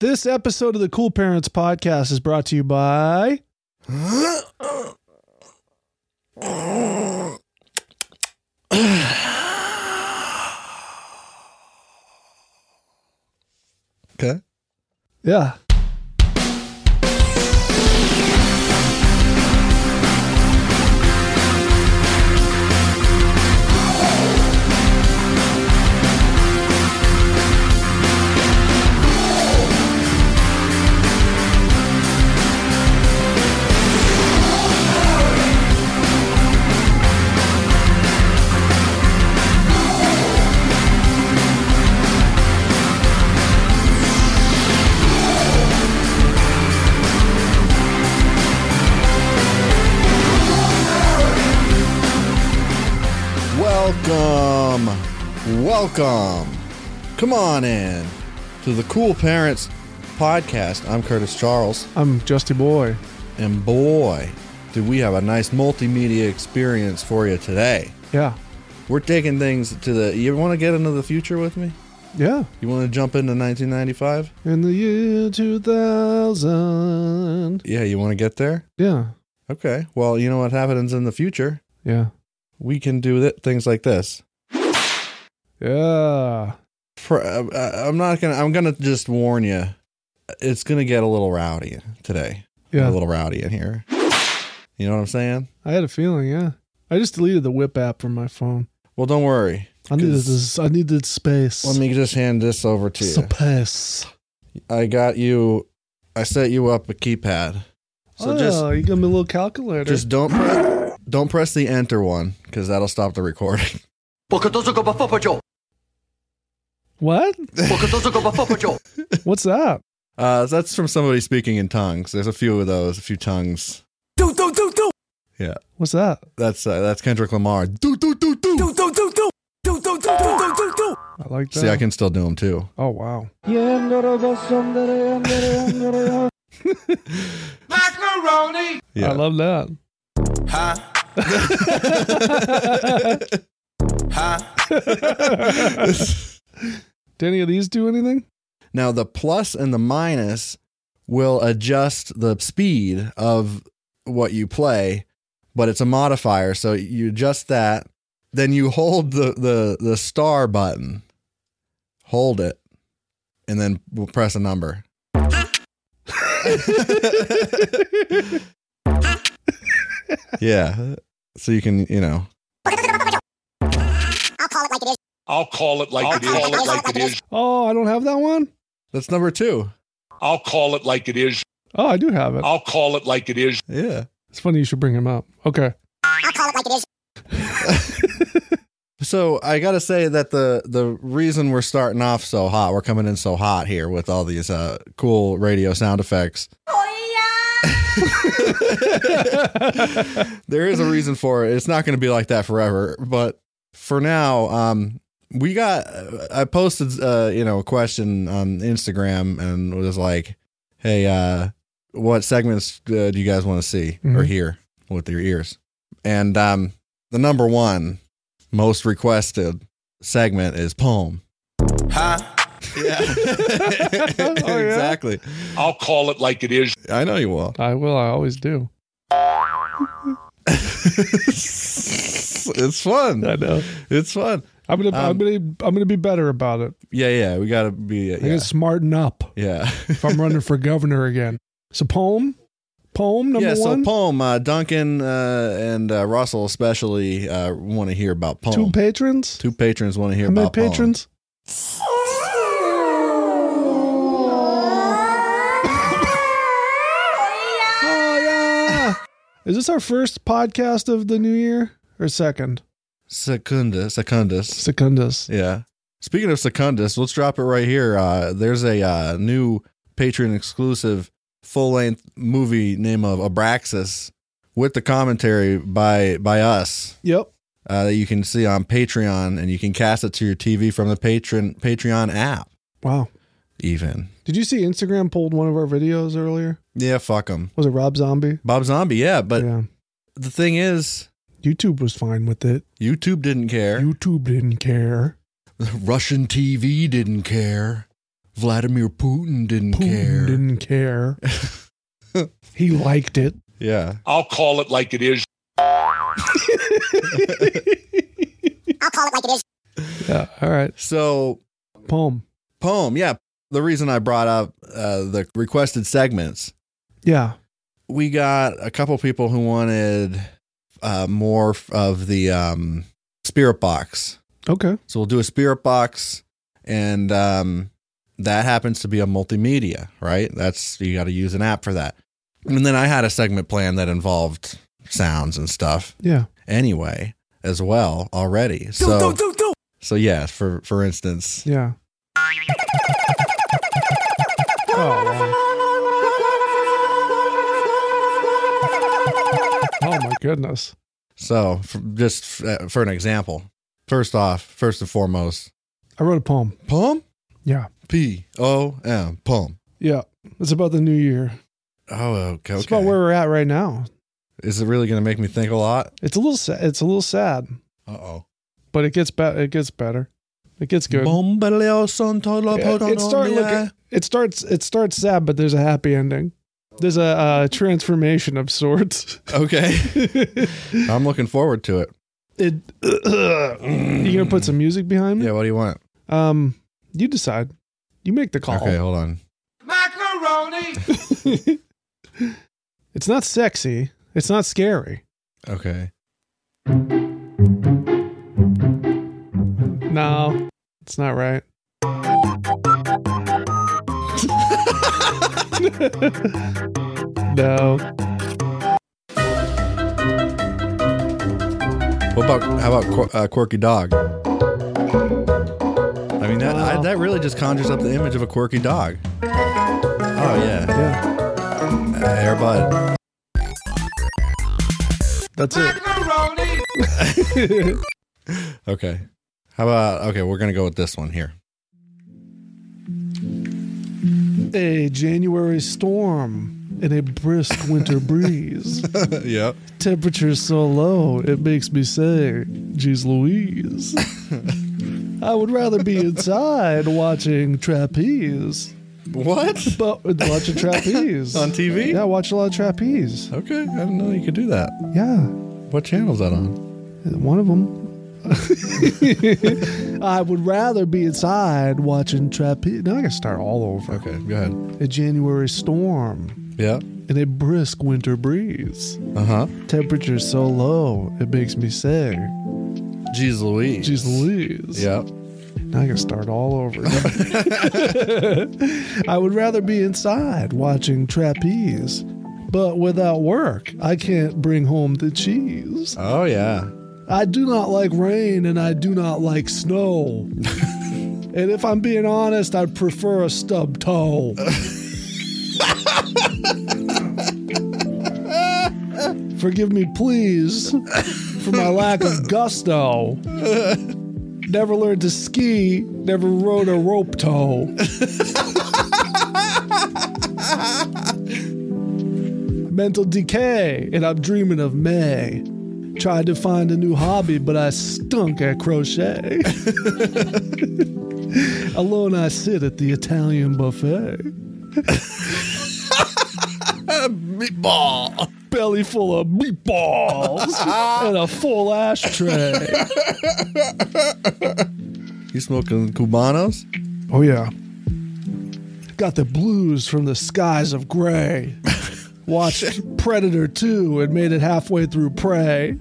This episode of the Cool Parents Podcast is brought to you by. Okay. Yeah. Welcome. Welcome. Come on in to the Cool Parents Podcast. I'm Curtis Charles, I'm Justy Boy. and boy, do we have a nice multimedia experience for you today. Yeah. We're taking things to the. You want to get into the future with me? Yeah. You want to jump into 1995? In the year 2000. Yeah, you want to get there? Yeah. Okay. Well, you know what happens in the future? Yeah. We can do th- things like this. Yeah. Pr- uh, uh, I'm not gonna. I'm gonna just warn you. It's gonna get a little rowdy today. Yeah. a little rowdy in here. You know what I'm saying? I had a feeling, yeah. I just deleted the whip app from my phone. Well, don't worry. I needed 'Cause- this I needed space. Let me just hand this over to you. Space. I got you. I set you up a keypad. So oh, just you got me a little calculator. just don't pre- don't press the enter one because that'll stop the recording. what? What's that? Uh, that's from somebody speaking in tongues. There's a few of those, a few tongues. What's that? That's uh, that's Kendrick Lamar. Do do do do. I like that. See, I can still do them too. Oh wow. Yeah. I love that. Did any of these do anything? Now the plus and the minus will adjust the speed of what you play, but it's a modifier, so you adjust that. Then you hold the the the star button, hold it, and then we'll press a number. yeah, so you can you know I'll call it like it is. I'll call it like it is. Oh, I don't have that one. that's number two. I'll call it like it is. Oh, I do have it. I'll call it like it is. Yeah. It's funny you should bring him up. Okay. So I gotta say that the the reason we're starting off so hot, we're coming in so hot here with all these uh, cool radio sound effects. there is a reason for it. It's not going to be like that forever, but for now, um, we got. I posted, uh, you know, a question on Instagram and was like, "Hey, uh, what segments uh, do you guys want to see or Mhm. hear with your ears?" And um, the number one most requested segment is poem. Huh? Yeah. Oh, yeah? Exactly. I'll call it like it is. I know you will. I will. I always do. it's fun. I know. It's fun. I'm gonna. I'm Um, gonna. I'm gonna be better about it. Yeah, yeah. We gotta be. I Yeah, gotta smarten up yeah. if I'm running for governor again. So poem, poem number yeah. So one. poem. Uh, Duncan uh, and uh, Russell especially uh, want to hear about poem. Two patrons. Two patrons want to hear How many about poem. patrons? Oh yeah. Is this our first podcast of the new year or second? Secundus. Secundus. Secundus. Yeah. Speaking of Secundus, let's drop it right here. Uh, there's a uh, new Patreon exclusive full length movie name of Abraxas with the commentary by by us Yep. uh, that you can see on Patreon and you can cast it to your TV from the patron Patreon app. Wow. Even Did you see Instagram pulled one of our videos earlier? yeah, fuck him, Was it Rob Zombie? Bob Zombie. Yeah, but yeah. the thing is, YouTube was fine with it. YouTube didn't care. YouTube didn't care. Russian TV didn't care. Vladimir Putin didn't Putin care. didn't care. he liked it. Yeah. I'll call it like it is. I'll call it like it is. Yeah. All right. So Poem. poem, yeah. The reason I brought up uh, the requested segments, Yeah. we got a couple people who wanted uh, more f- of the um, spirit box. Okay. So we'll do a spirit box, and um, that happens to be a multimedia, right? That's you got to use an app for that. And then I had a segment plan that involved sounds and stuff. Yeah. anyway as well already. So so yeah, for for instance, Yeah. Oh, wow. Oh, my goodness. so for, just f- uh, for an example, first off, first and foremost, I wrote a poem. pom Yeah. p o m pom. Yeah. It's about the new year. Oh, okay. It's okay. about where we're at right now. Is it really going to make me think a lot? It's a little sad. It's a little sad, Uh oh. but it gets better. It gets better. It gets good. It, it start looking, it starts. It starts sad, but there's a happy ending. There's a uh, transformation of sorts. Okay, it. I'm looking forward to it. you gonna put some music behind me? Yeah, what do you want? Um, you decide. You make the call. Okay, hold on. it's not sexy. It's not scary. Okay, No, it's not right. no. what about how about quir- uh, quirky dog? I mean that I, Wow. that really just conjures up the image of a quirky dog. Oh yeah. Uh, Yeah. Airbud. That's it. Okay. How about okay, we're gonna go with this one here. A January storm and a brisk winter breeze. yeah. Temperatures so low, it makes me say, Geez Louise. I would rather be inside watching trapeze. What? But watching trapeze. On TV? Yeah, I watch a lot of trapeze. Okay, I didn't know you could do that. Yeah. What channel's that on? One of them. I would rather be inside watching trapeze. Now I gotta start all over. Okay, go ahead. A January storm Yeah. and a brisk winter breeze. Uh huh. Temperature so low, it makes me sick. Jeez Louise. Jeez Louise. Yeah. Now I can start all over. I would rather be inside watching trapeze, but without work, I can't bring home the cheese. Oh yeah. I do not like rain and I do not like snow. and if I'm being honest, I'd prefer a stub toe. Forgive me, please, for my lack of gusto. Never learned to ski, never rode a rope toe. Mental decay, and I'm dreaming of May. Tried to find a new hobby, but I stunk at crochet. Alone, I sit at the Italian buffet. Meatball. Belly full of meatballs and a full ashtray. You smoking Cubanos? Oh, yeah. Got the blues from the skies of gray. Watched Predator 2 and made it halfway through Prey.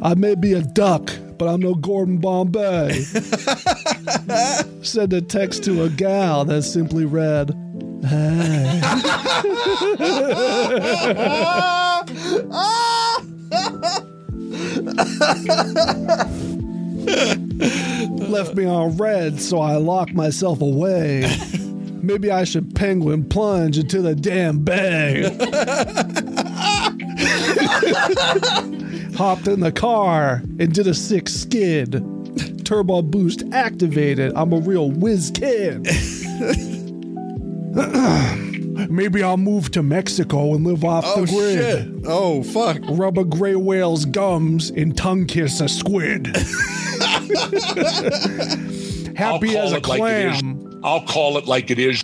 I may be a duck, but I'm no Gordon Bombay. Sent a text to a gal that simply read, Hey. Left me on red, so I locked myself away. Maybe I should penguin plunge into the damn bay. Hopped in the car and did a sick skid. Turbo boost activated. I'm a real whiz kid. Maybe I'll move to Mexico and live off the Oh grid shit. Oh fuck. rub a gray whale's gums and tongue kiss a squid. Happy I'll as a call it like it is. clam. I'll call it like it is.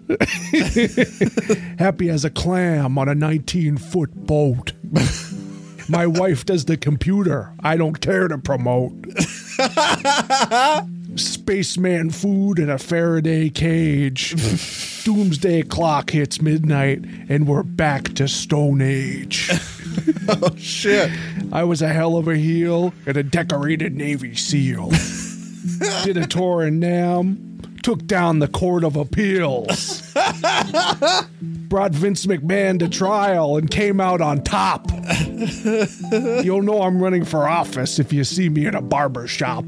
Happy as a clam on a 19 foot boat. My wife does the computer. I don't care to promote. Spaceman food in a Faraday cage. Doomsday clock hits midnight, and we're back to Stone Age. Shit. I was a hell of a heel and a decorated Navy SEAL. Did a tour in Nam, took down the Court of Appeals. Brought Vince McMahon to trial and came out on top. You'll know I'm running for office if you see me in a barber shop.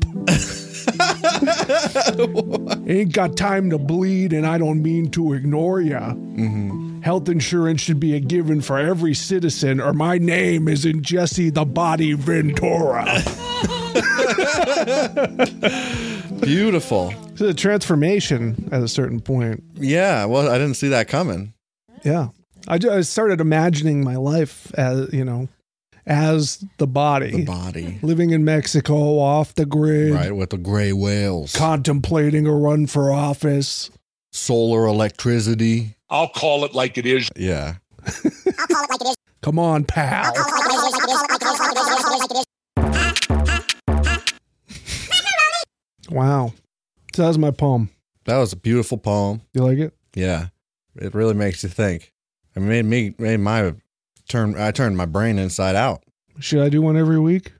Ain't got time to bleed, and I don't mean to ignore ya. Health insurance should be a given for every citizen, or my name is in Jesse the Body Ventura. Beautiful. It's a transformation at a certain point. Yeah. Well, I didn't see that coming. Yeah. I, ju- I started imagining my life as, you know, as the body. The body. Living in Mexico, off the grid, Right. With the gray whales. contemplating a run for office. Solar electricity. I'll call it like it is. Yeah. Come on, pal. Wow. So that was my poem. That was a beautiful poem. You like it? Yeah. It really makes you think. It made me, made my turn, I turned my brain inside out. Should I do one every week?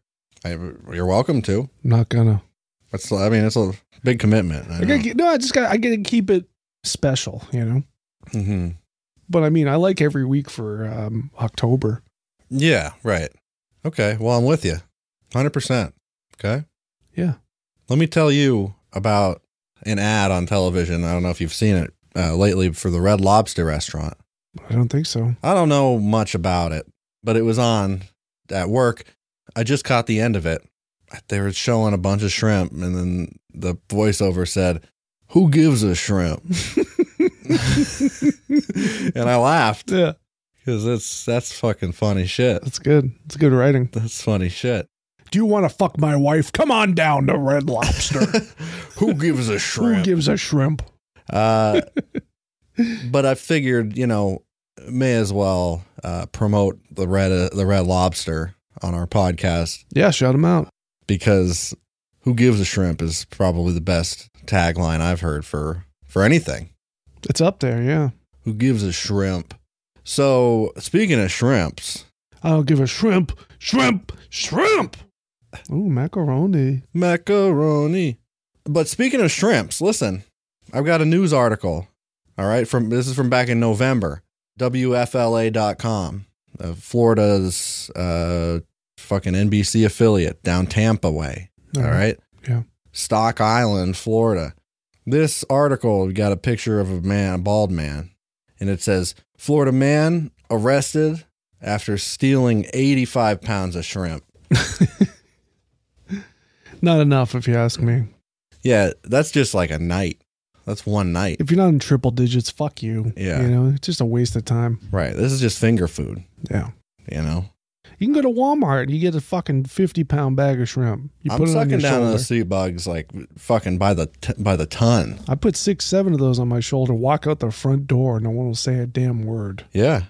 I, you're welcome to. I'm not gonna. That's, I mean, it's a big commitment. I I gotta know. ke- no, I just got. I gotta keep it special, you know. Mhm. But I mean, I like every week for um, October. Yeah. Right. Okay. Well, I'm with you 100%. Okay. Yeah. Let me tell you about an ad on television. I don't know if you've seen it uh, lately for the Red Lobster restaurant. I don't think so. I don't know much about it, but it was on at work. I just caught the end of it. They were showing a bunch of shrimp, and then the voiceover said, Who gives a shrimp? and I laughed Yeah, because that's that's fucking funny shit. that's good. It's good writing. That's funny shit. Do you want to fuck my wife? Come on down to Red Lobster. Who gives a Who shrimp? gives a shrimp? Uh, but I figured, you know, may as well uh, promote the red uh, the red lobster on our podcast Yeah, shout him out. because who gives a shrimp is probably the best tagline I've heard for for anything. It's up there. Yeah, Who gives a shrimp? So speaking of shrimps, I'll give a shrimp, shrimp, shrimp. Ooh, macaroni. macaroni. But speaking of shrimps, listen, I've got a news article. All right, from this is from back in November. WFLA.com, uh, Florida's uh, fucking NBC affiliate down Tampa way. All right, Yeah. Stock Island, Florida. This article we got a picture of a man, a bald man, and it says Florida man arrested after stealing 85 pounds of shrimp. Not enough, if you ask me. Yeah, that's just like a night. That's one night. If you're not in triple digits, fuck you. Yeah. you know, it's just a waste of time. Right. This is just finger food, Yeah. you know? You can go to Walmart and you get a fucking fifty pound bag of shrimp. You I'm sucking down shoulder. those sea bugs like fucking by the t- by the ton. I put six, seven of those on my shoulder. Walk out the front door. No one will say a damn word. Yeah.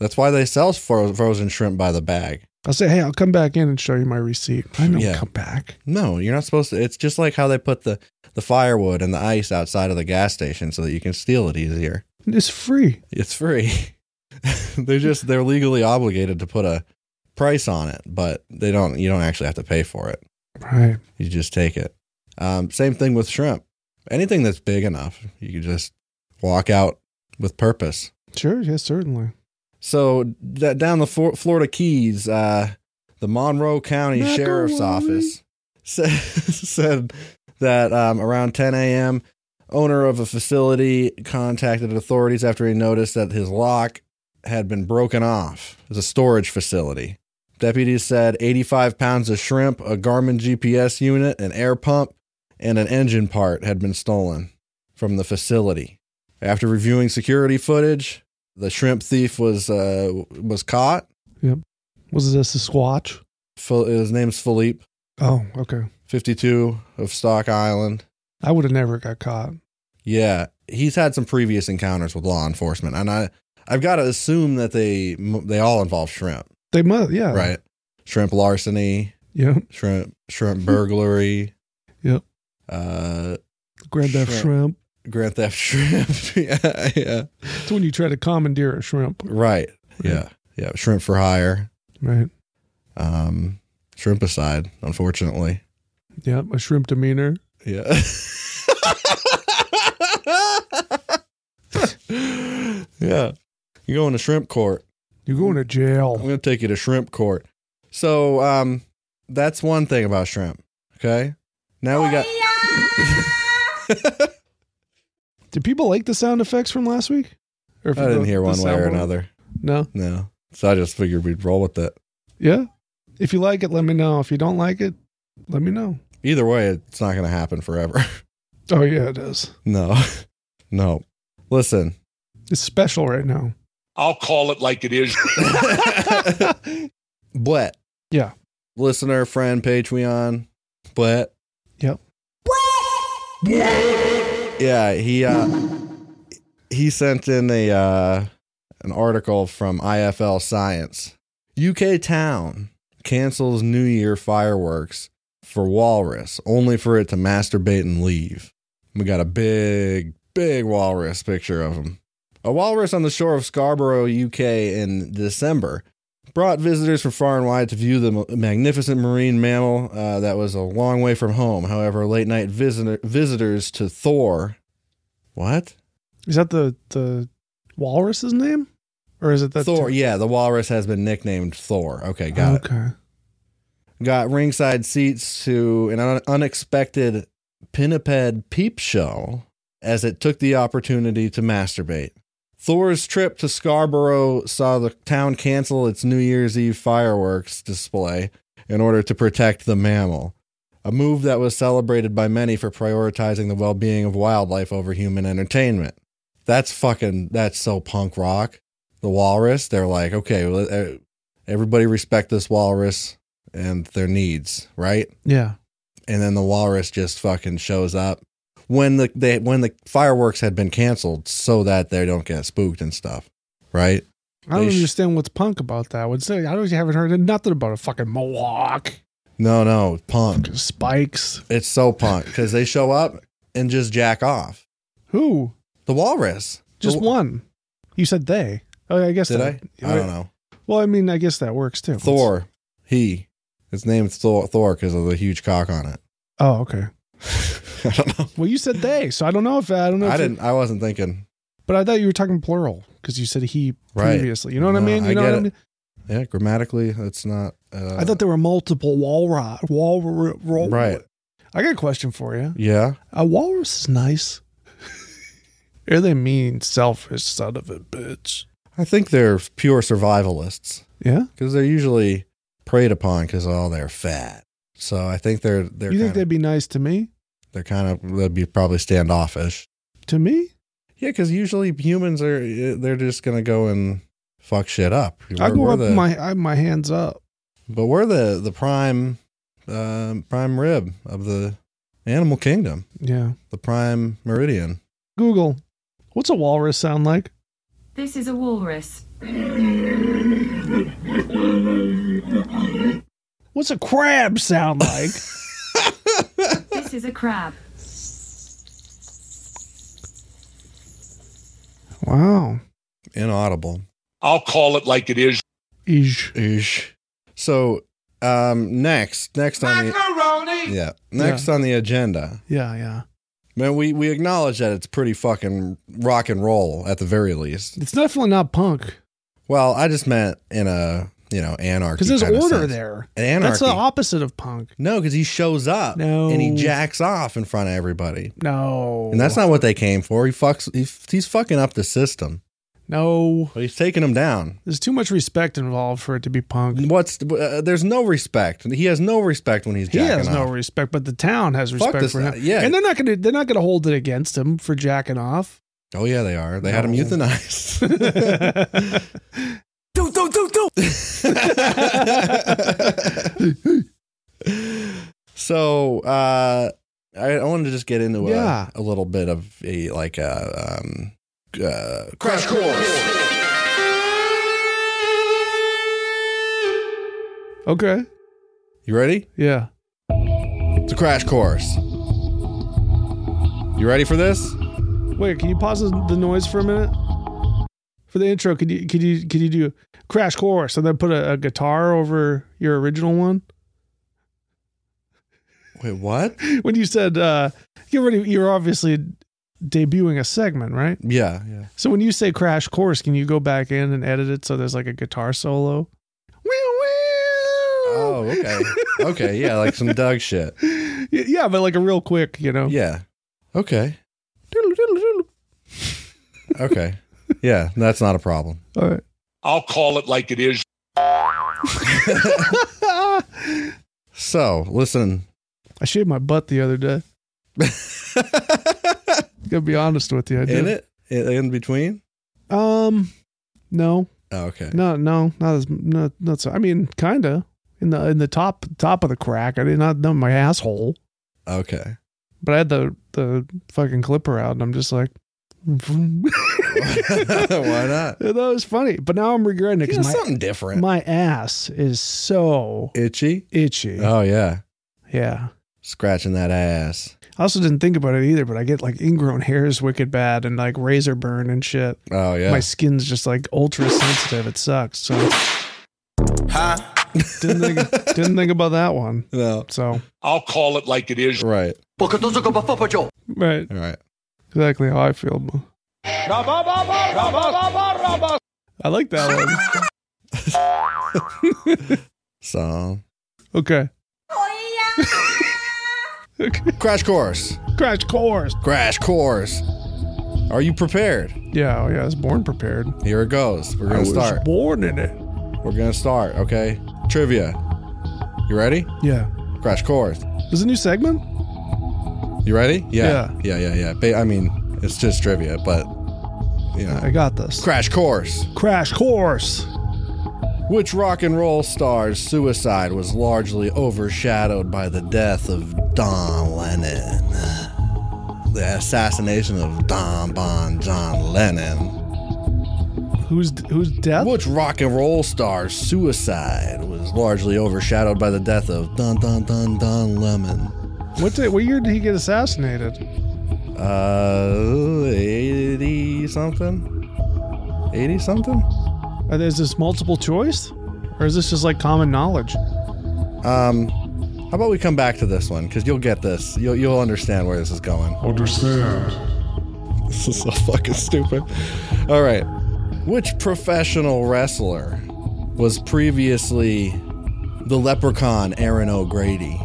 That's why they sell fro- frozen shrimp by the bag. I'll say, hey, I'll come back in and show you my receipt. I don't Yeah. come back. No, you're not supposed to. It's just like how they put the the firewood and the ice outside of the gas station so that you can steal it easier. It's free. It's free. they're just they're legally obligated to put a price on it, but they don't you don't actually have to pay for it. Right. You just take it. Um, same thing with shrimp. Anything that's big enough, you can just walk out with purpose. Sure. Yes, certainly. So d- down the Flor- Florida Keys, uh, the Monroe County Macaroni. Sheriff's Office said, said that um, around 10 a.m., owner of a facility contacted authorities after he noticed that his lock had been broken off. It was a storage facility. Deputies said 85 pounds of shrimp, a Garmin GPS unit, an air pump, and an engine part had been stolen from the facility. After reviewing security footage, the shrimp thief was uh, was caught. Was this a squatch? Phil- His name's Philippe, Oh, okay. 52 of Stock Island. I would have never got caught. Yeah, he's had some previous encounters with law enforcement, and I I've got to assume that they they all involve shrimp, They must, yeah, right? Shrimp larceny, yeah. shrimp shrimp burglary. Yep. Uh, Grand Theft Shrimp. Shrimp. grand theft shrimp. yeah, yeah. It's when you try to commandeer a shrimp, Right. Yeah. Yeah. Shrimp for hire. right? Um, shrimp aside, unfortunately. Yeah, a shrimp demeanor. Yeah. yeah. You're going to shrimp court. You're going to I'm jail. going to take you to shrimp court. So, um, that's one thing about shrimp. Okay. Now we got. Did people like the sound effects from last week? Or I didn't the- hear the one way or soundboard? another. No. No. So I just figured we'd roll with it. Yeah. If you like it, let me know. If you don't like it, let me know. Either way, it's not going to happen forever. Oh yeah, it is. no. No. Listen. It's special right now. I'll call it like it is. Blet. Yeah. Listener, friend, Patreon, Blet. Yep. Yeah, he uh he sent in a uh an article from IFL Science. UK town cancels New Year fireworks for walrus, only for it to masturbate and leave. We got a big, big walrus picture of him. A walrus on the shore of Scarborough, UK in December brought visitors from far and wide to view the m- magnificent marine mammal uh, that was a long way from home. However, late night visitor- visitors to Thor. What? Is that the the walrus's name, or is it that Uh, Thor. yeah, the walrus has been nicknamed Thor. Okay, got it. okay. got ringside seats to an un- unexpected pinniped peep show as it took the opportunity to masturbate. Thor's trip to Scarborough saw the town cancel its New Year's Eve fireworks display in order to protect the mammal, a move that was celebrated by many for prioritizing the well being of wildlife over human entertainment. That's fucking, that's so punk rock. The walrus, they're like, okay, well, uh, everybody respect this walrus and their needs, right? Yeah. And then the walrus just fucking shows up when the they when the fireworks had been canceled so that they don't get spooked and stuff, right? I don't They sh- understand what's punk about that. I would say I don't. haven't heard nothing about a fucking mohawk, No, no, punk. fucking spikes. It's so punk because they show up and just jack off. Who? The walrus, Just The- one. You said they. Oh, I guess Did I? that- I don't know. Well, I mean, I guess that works too. Thor, he, his name's Thor Thor because of the huge cock on it. Oh, okay. I don't know. Well, you said they, so I don't know if I don't know. If I you- didn't. I wasn't thinking. but I thought you were talking plural because you said he Right. previously. You know what I No, mean? You I know get what it. I mean? Yeah, grammatically, it's not. Uh, I thought there were multiple walrus. Walrus. Right. I got a question for you. Yeah. A walrus is nice. Are they mean, selfish son of a bitch? I think they're pure survivalists. Yeah. because they're usually preyed upon because oh they're fat. So I think they're they're you think kind they'd be nice to me? of, they're kind of they'd be probably standoffish. To me, Yeah, because usually humans are eh, they're just gonna go and fuck shit up. I We're- go we're up the, my I, my hands up. but we're the the prime um, prime rib of the animal kingdom, Yeah. the prime meridian. Google, what's a walrus sound like? This is a walrus. What's a crab sound like? This is a crab. wow. Inaudible. I'll call it like it is. Ish. Ish. So um, next next on the yeah next on the agenda. Yeah, yeah. Man, we, we acknowledge that it's pretty fucking rock and roll at the very least. It's definitely not punk Well, I just meant in a you know anarchy because there's kinda order sense. there. An anarchy. That's the opposite of punk. no, because he shows up No. and he jacks off in front of everybody, No. and that's not what they came for. He fucks. He, f- he's fucking up the system. No. Well, he's taking them down. There's too much respect involved for it to be punk. What's uh, there's no respect. He has no respect when he's He jacking has no off. respect, but the town has Fuck respect this- for him. yeah. and they're not gonna they're not gonna hold it against him for jacking off. oh yeah, they are. They had him No. euthanized. do do do do. so uh I, I wanted to just get into a, Yeah. a little bit of a like a um, uh, Crash course. Okay. you ready? Yeah. It's a crash course. You ready for this? Wait, can you pause the the noise for a minute? For the intro, could you could you could you do crash course and then put a, a guitar over your original one? Wait, what? When you said uh you already you're obviously debuting a segment, right? Yeah, yeah. So when you say crash course, can you go back in and edit it so there's like a guitar solo? Oh, okay. okay, yeah, like some Doug shit. Y- Yeah, but like a real quick, you know. Yeah. Okay. Okay. Yeah, that's not a problem. All right. I'll call it like it is. So, listen. I shaved my butt the other day. Gonna be honest with you, I did. in it? In in between? Um, no, Oh, okay. no, no, not as not not so. I mean, kinda in the in the top top of the crack. I did not done my asshole, Okay. but I had the the fucking clipper out, and I'm just like, Why not? that was funny. But now I'm regretting it You know, because my something different. my ass is so Itchy? itchy. Oh, yeah. yeah. Scratching that ass. I also didn't think about it either, but I get like ingrown hairs wicked bad and like razor burn and shit. Oh, yeah. My skin's just like ultra sensitive. It sucks. So didn't think didn't think about that one. no. So I'll call it like it is. Right. right, All right. exactly how I feel. I like that one. So, Okay. okay. crash course. Crash course. Crash course. Are you prepared? Yeah, oh yeah. I was born prepared. Here it goes. We're I gonna was start. born in it. We're gonna start. Okay. Trivia. You ready? Yeah. Crash course. There's a new segment. You ready? Yeah. Yeah. Yeah. Yeah. Ba- I mean, it's just trivia, but you know. I got this. Crash course. Crash course. Which rock and roll star's suicide was largely overshadowed by the death of Don Lennon? The assassination of Don Bon John Lennon. Who's who's death? Which rock and roll star's suicide was largely overshadowed by the death of Don Don Don Don Lemon? What day, what year did he get assassinated? Uh, 80 something? 80 something? Are there- Uh, Is this multiple choice, or is this just like common knowledge? Um, how about we come back to this one? Because you'll get this. You'll, you'll understand where this is going. Understand. This is so fucking stupid. All right. Which professional wrestler was previously the leprechaun Aaron O'Grady?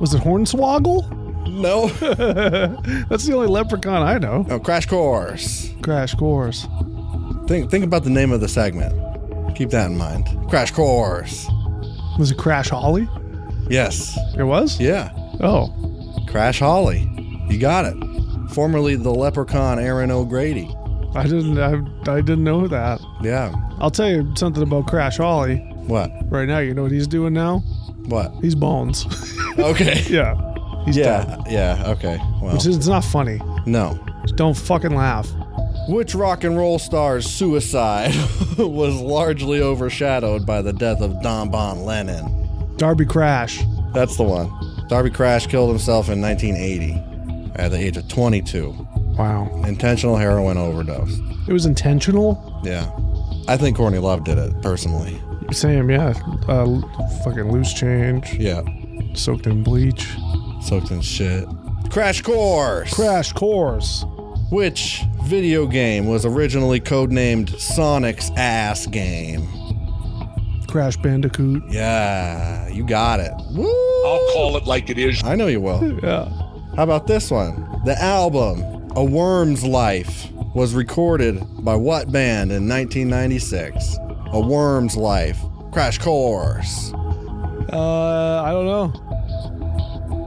Was it Hornswoggle? No. That's the only leprechaun I know. Oh, crash course. Crash course. Think think about the name of the segment. Keep that in mind. Crash course. Was it Crash Holly? Yes. It was. Yeah. Oh, Crash Holly. You got it. Formerly the leprechaun Aaron O'Grady. I didn't. I, I didn't know that. Yeah. I'll tell you something about Crash Holly What? right now. You know what he's doing now? What? He's bones. Okay. yeah. He's dead. Yeah. Yeah. Okay. Well, Which is, it's not funny. no. Just don't fucking laugh. Which rock and roll star's suicide was largely overshadowed by the death of Don Bon Lennon? Darby Crash. That's the one. Darby Crash killed himself in 1980 at the age of 22. Wow. Intentional heroin overdose. It was intentional. Yeah. I think Courtney Love did it personally. Same, yeah. Uh, fucking loose change, Yeah. soaked in bleach. Soaked in shit. Crash Course! Crash course. Which video game was originally codenamed Sonic's Ass Game? Crash Bandicoot. Yeah, you got it. Woo! I'll call it like it is. I know you will. Yeah. How about this one? The album, A Worm's Life, was recorded by what band in 1996? A Worm's Life. Crash Course. Uh, I don't know.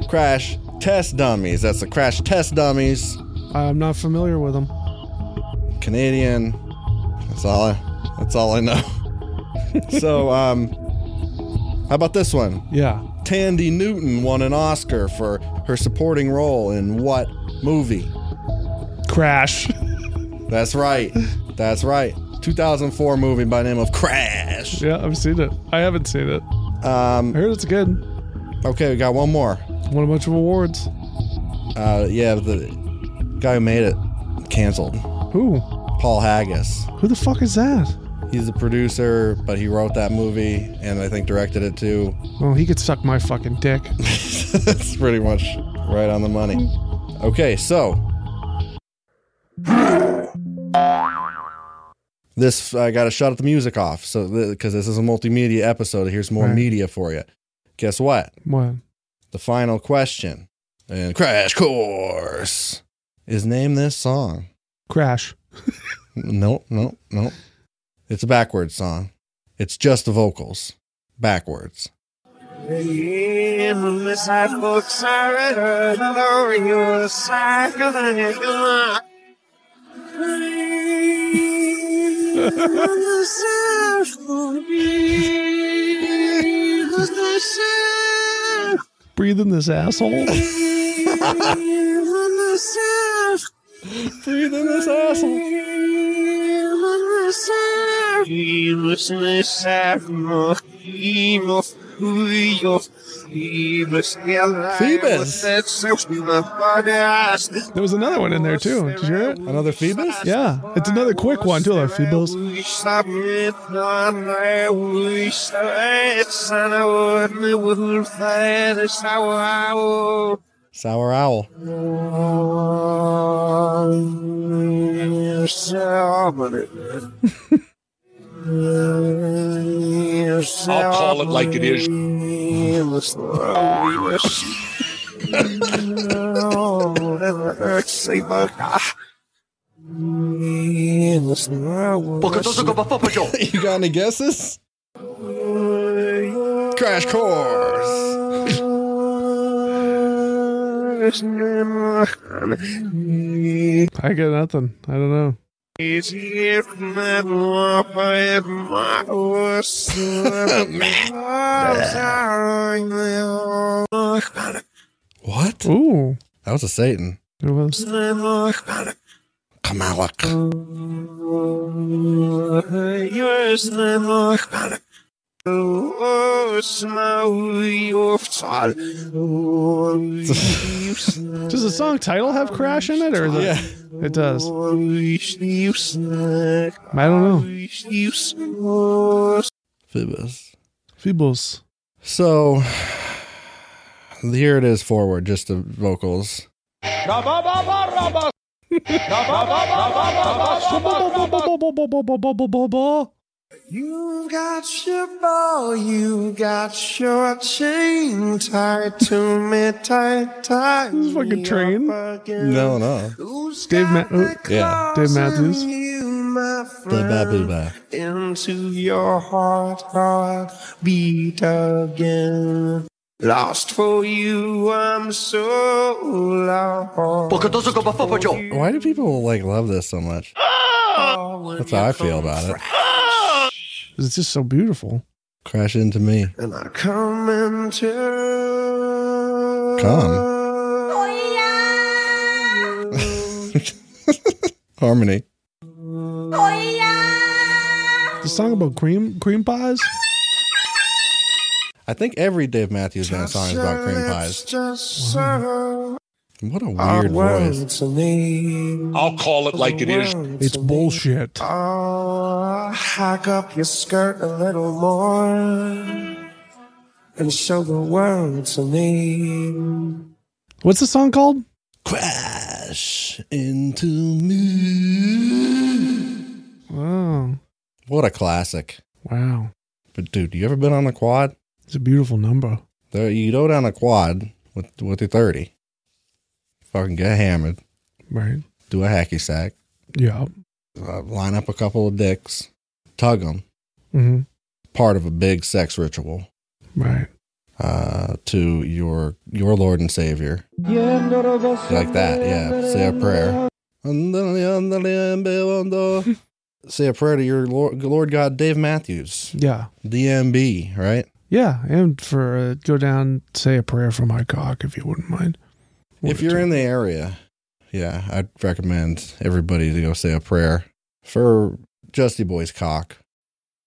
Crash Test Dummies. That's the Crash Test Dummies. I'm not familiar with them. Canadian. That's all. I, that's all I know. so, um, how about this one? Yeah. Tandy Newton won an Oscar for her supporting role in what movie? Crash. That's right. That's right. 2004 movie by the name of Crash. Yeah, I've seen it. I haven't seen it. Um, I heard it's good. okay, we got one more. Won a bunch of awards. Uh, yeah, the guy who made it canceled. Who? Paul Haggis. Who the fuck is that? He's the producer, but he wrote that movie and I think directed it too. Oh, he could suck my fucking dick. That's pretty much right on the money. Okay, so this I got to shut the music off, so because this is a multimedia episode, here's more Right. media for you. Guess what? What? The final question and crash course is name this song. Crash. No, no, no. It's a backwards song. It's just the vocals backwards. Breathe in this asshole. Breathe in this asshole. Phoebus. There was another one in there too. Did you hear it? Another Phoebus? Yeah, it's another quick one too. Like Phoebus. Sour Owl. I'll call it like it is. You got any guesses? Crash course. I got nothing. I don't know. What? Ooh. That was a Satan. It was. Kamalak. Does the song title have crash in it, or the? Yeah. It does. I don't know. Phoebus. Phoebus. So here it is forward, just the vocals. You got your ball, you got your chain tied to me, tight, tight. This fucking train. No, no. Who's Dave got Ma- oh, the Yeah. Dave Matthews. claws in You, my The babu friend, into your heart, heart beat again. Lost for you, I'm so lost. Why do people like love this so much? That's how I feel about it. It's just so beautiful. Crash into me. And I come into Harmony. The song about cream cream pies. I think every Dave Matthews Band song is about cream It's pies. just so What a hard weird voice. words to me. I'll call it like it is. It's bullshit. Oh, hack up your skirt a little more and show the world to me. What's the song called? Crash into me. Wow. What a classic. Oh, Wow. But dude, you ever been on a quad? It's a beautiful number. There, you go down a quad with with your thirty. Fucking get hammered. Right. Do a hacky sack. Yeah. Uh, line up a couple of dicks. Tug them. hmm Part of a big sex ritual Right. uh, to your your Lord and Savior. Like that, yeah. Say a prayer. Say a prayer to your Lord, Lord God, Dave Matthews, Yeah. DMB, right? Yeah, and for uh, go down, say a prayer for my cock if you wouldn't mind. One if or you're two. in the area, yeah, I'd recommend everybody to go say a prayer for Justy Boy's cock.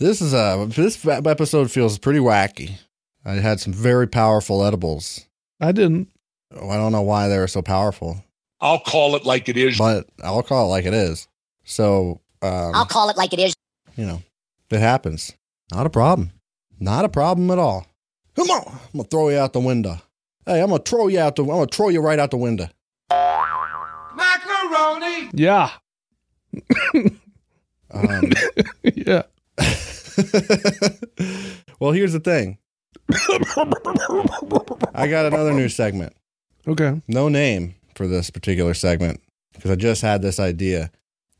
This is a this episode feels pretty wacky. I had some very powerful edibles. I didn't. Oh, I don't know why they were so powerful, I'll call it like it is. but I'll call it like it is. So, I'll um, call it like it is. you know, it happens. Not a problem. Not a problem at all. Come on, I'm gonna throw you out the window. Hey, I'm gonna throw you out the. I'm gonna throw you right out the window. Macaroni! Yeah, Um, yeah. well, here's the thing. I got another new segment. Okay. No name for this particular segment because I just had this idea.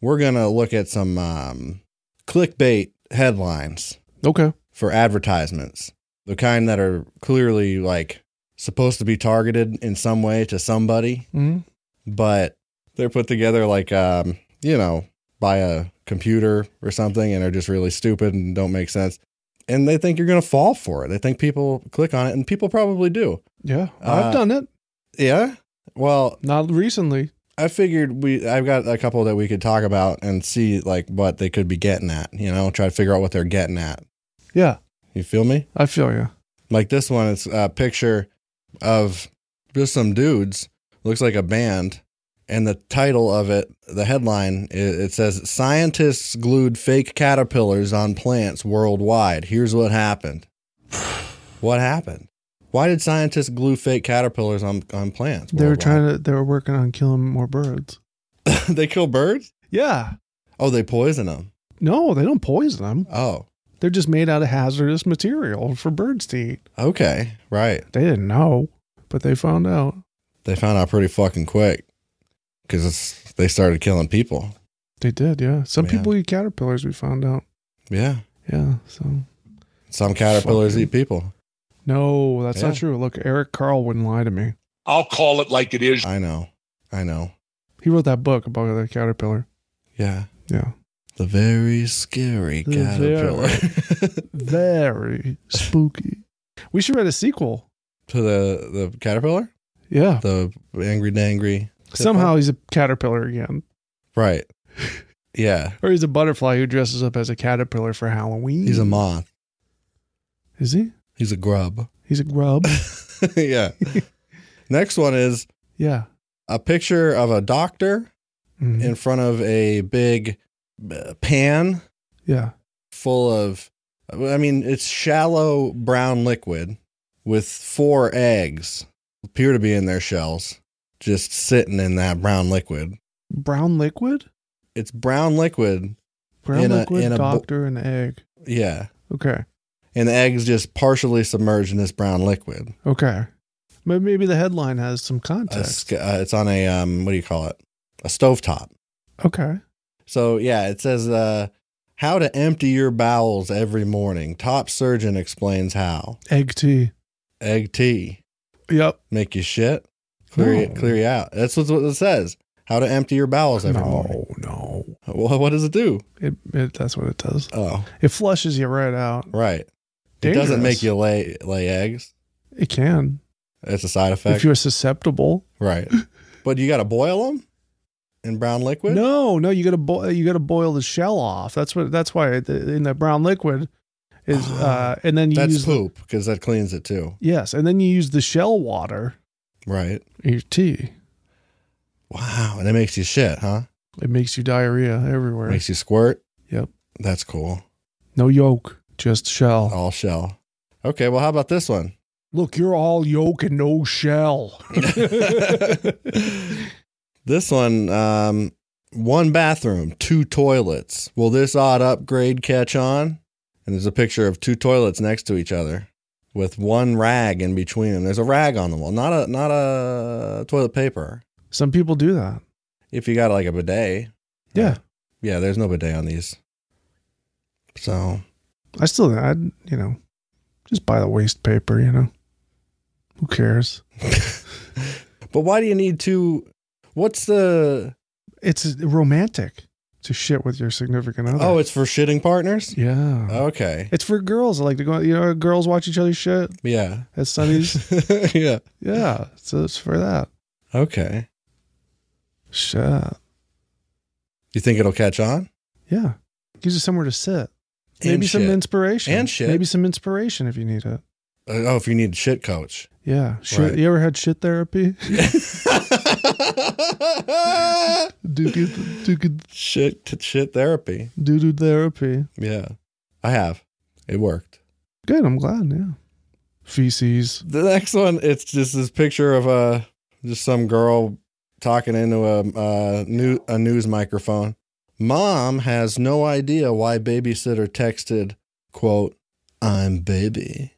We're gonna look at some um, clickbait headlines Okay. for advertisements, the kind that are clearly like supposed to be targeted in some way to somebody, hmm but they're put together like um, you know by a computer or something, and are just really stupid and don't make sense. And they think you're gonna fall for it. They think people click on it, and people probably do. Yeah, Uh, I've done it. Yeah. Well, Not recently. I figured we I've got a couple that we could talk about and see like what they could be getting at, you know, try to figure out what they're getting at. Yeah, You feel me? I feel you. Like this one, it's a picture of just some dudes, looks like a band, and the title of it, the headline, it, it says scientists glued fake caterpillars on plants worldwide. Here's what happened. what happened? Why did scientists glue fake caterpillars on on plants? They were trying to. They were working on killing more birds. to They kill birds? Yeah. Oh, they poison them. No, they don't poison them. Oh, They're just made out of hazardous material for birds to eat. okay. Right. They didn't know, but they found out. They found out pretty fucking quick because they started killing people. They did. Yeah. Some Man. people eat caterpillars. We found out. Yeah. Yeah. So Some caterpillars Fucking- eat people. no, that's Yeah. not true. Look, Eric Carl wouldn't lie to me. I'll call it like it is. I know. I know. He wrote that book about the caterpillar. Yeah. Yeah. The very scary The caterpillar. Very spooky. We should write a sequel. to the, the caterpillar? Yeah. The angry dangry. Somehow he's a caterpillar again. Right. Yeah. Or he's a butterfly who dresses up as a caterpillar for Halloween. He's a moth. Is he? He's a grub. He's a grub. yeah. Next one is yeah. a picture of a doctor Mhm. in front of a big uh, pan Yeah. full of I mean, it's shallow brown liquid with four eggs appear to be in their shells, just sitting in that brown liquid. Brown liquid? It's brown liquid, Brown In a- liquid, in a bo- doctor, and egg. yeah. Okay. And the eggs just partially submerged in this brown liquid. Okay. But maybe the headline has some A context. sc- uh, it's on a um, what do you call it? A stovetop. Okay. So yeah, it says uh, how to empty your bowels every morning. Top surgeon explains how. Egg tea. Egg tea. Yep. make you shit, clear you, No. clear you out. That's what's what it says. How to empty your bowels every morning. No, no. Well, what does it do? It, it, that's what it does. Oh, It flushes you right out. right. It doesn't Dangerous. make you lay lay eggs. It can. It's a side If effect, you're susceptible. right? But you got to boil them in brown liquid. No, no, you gotta boil. You gotta boil the shell off. That's what. That's why it, in the brown liquid is. uh And then you that's use the- poop because that cleans it too, yes, and then you use the shell water right? in your tea. Wow, and it makes you shit, huh? It makes you diarrhea everywhere. Makes you squirt. Yep. That's cool. No yolk, just shell. All shell. Okay, well, how about this one? Look, you're all yolk and no shell. This one, um, one bathroom, two toilets. Will this odd upgrade catch on? And there's a picture of two toilets next to each other. with one rag in between them. There's a rag on the wall, not a not a toilet paper. Some people do that. If you got like a bidet, Yeah. yeah, there's no bidet on these. So I still, I you know, just buy the waste paper. You know, who cares? But why do you need to? What's the? It's romantic to shit with your significant other. Oh, it's for shitting partners. yeah. Okay. It's for girls. I like to go. You know, girls watch each other's shit Yeah. at Sunny's. yeah. yeah. So it's for that. Okay. Shit. You think it'll catch on? Yeah. Gives you somewhere to sit. And Maybe some shit. inspiration. And shit. Maybe some inspiration if you need it. Uh, oh, if you need a shit coach. Yeah. Shit. Right. You ever had shit therapy? Duke dude shit to shit therapy. doo therapy. Yeah. I have. It worked. Good. I'm glad. Yeah. Feces. The next one, it's just this picture of uh just some girl talking into a uh, new a news microphone. Mom has no idea why babysitter texted, "quote I'm baby,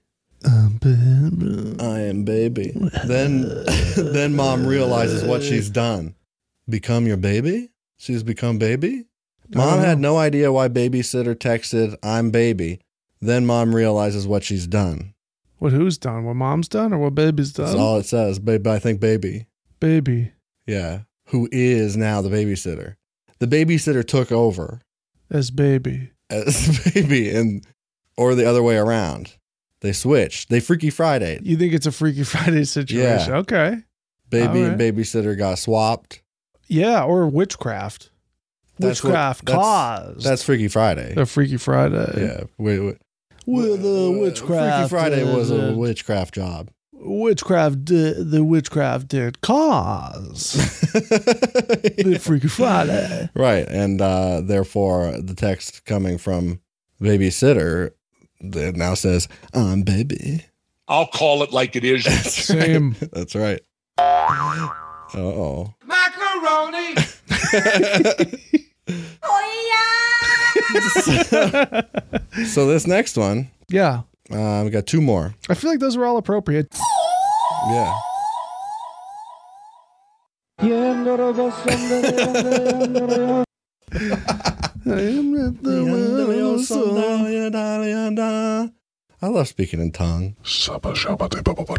Um, but- I am baby." Then then mom realizes what she's done. Become your baby. She's become baby. Mom Oh. had no idea why babysitter texted, "I'm baby." Then mom realizes what she's done. What who's done? What mom's done or what baby's That's done? all it says. Baby, I think baby. Baby. Yeah. Who is now the babysitter? The babysitter took over As baby. as baby and or the other way around. They switched. They freaky Friday. You think it's a Freaky Friday situation? Okay. Baby All and babysitter got swapped. Yeah. Or witchcraft. That's what- witchcraft that's- cause. That's Freaky Friday. a Freaky Friday. Yeah. Wait, wait. With the Freaky witchcraft. Friday was a uh, witchcraft job. witchcraft did the witchcraft did cause the Freaky Friday. Right. And uh, therefore, the text coming from babysitter that now says, I'm baby. I'll call it like it is. That's right. Same. That's right. Uh oh. Macaroni! So this next one, Yeah. um, we got two more. I feel like those were all appropriate. Yeah. I love speaking in tongue. Shabba-dabba-dibba-do.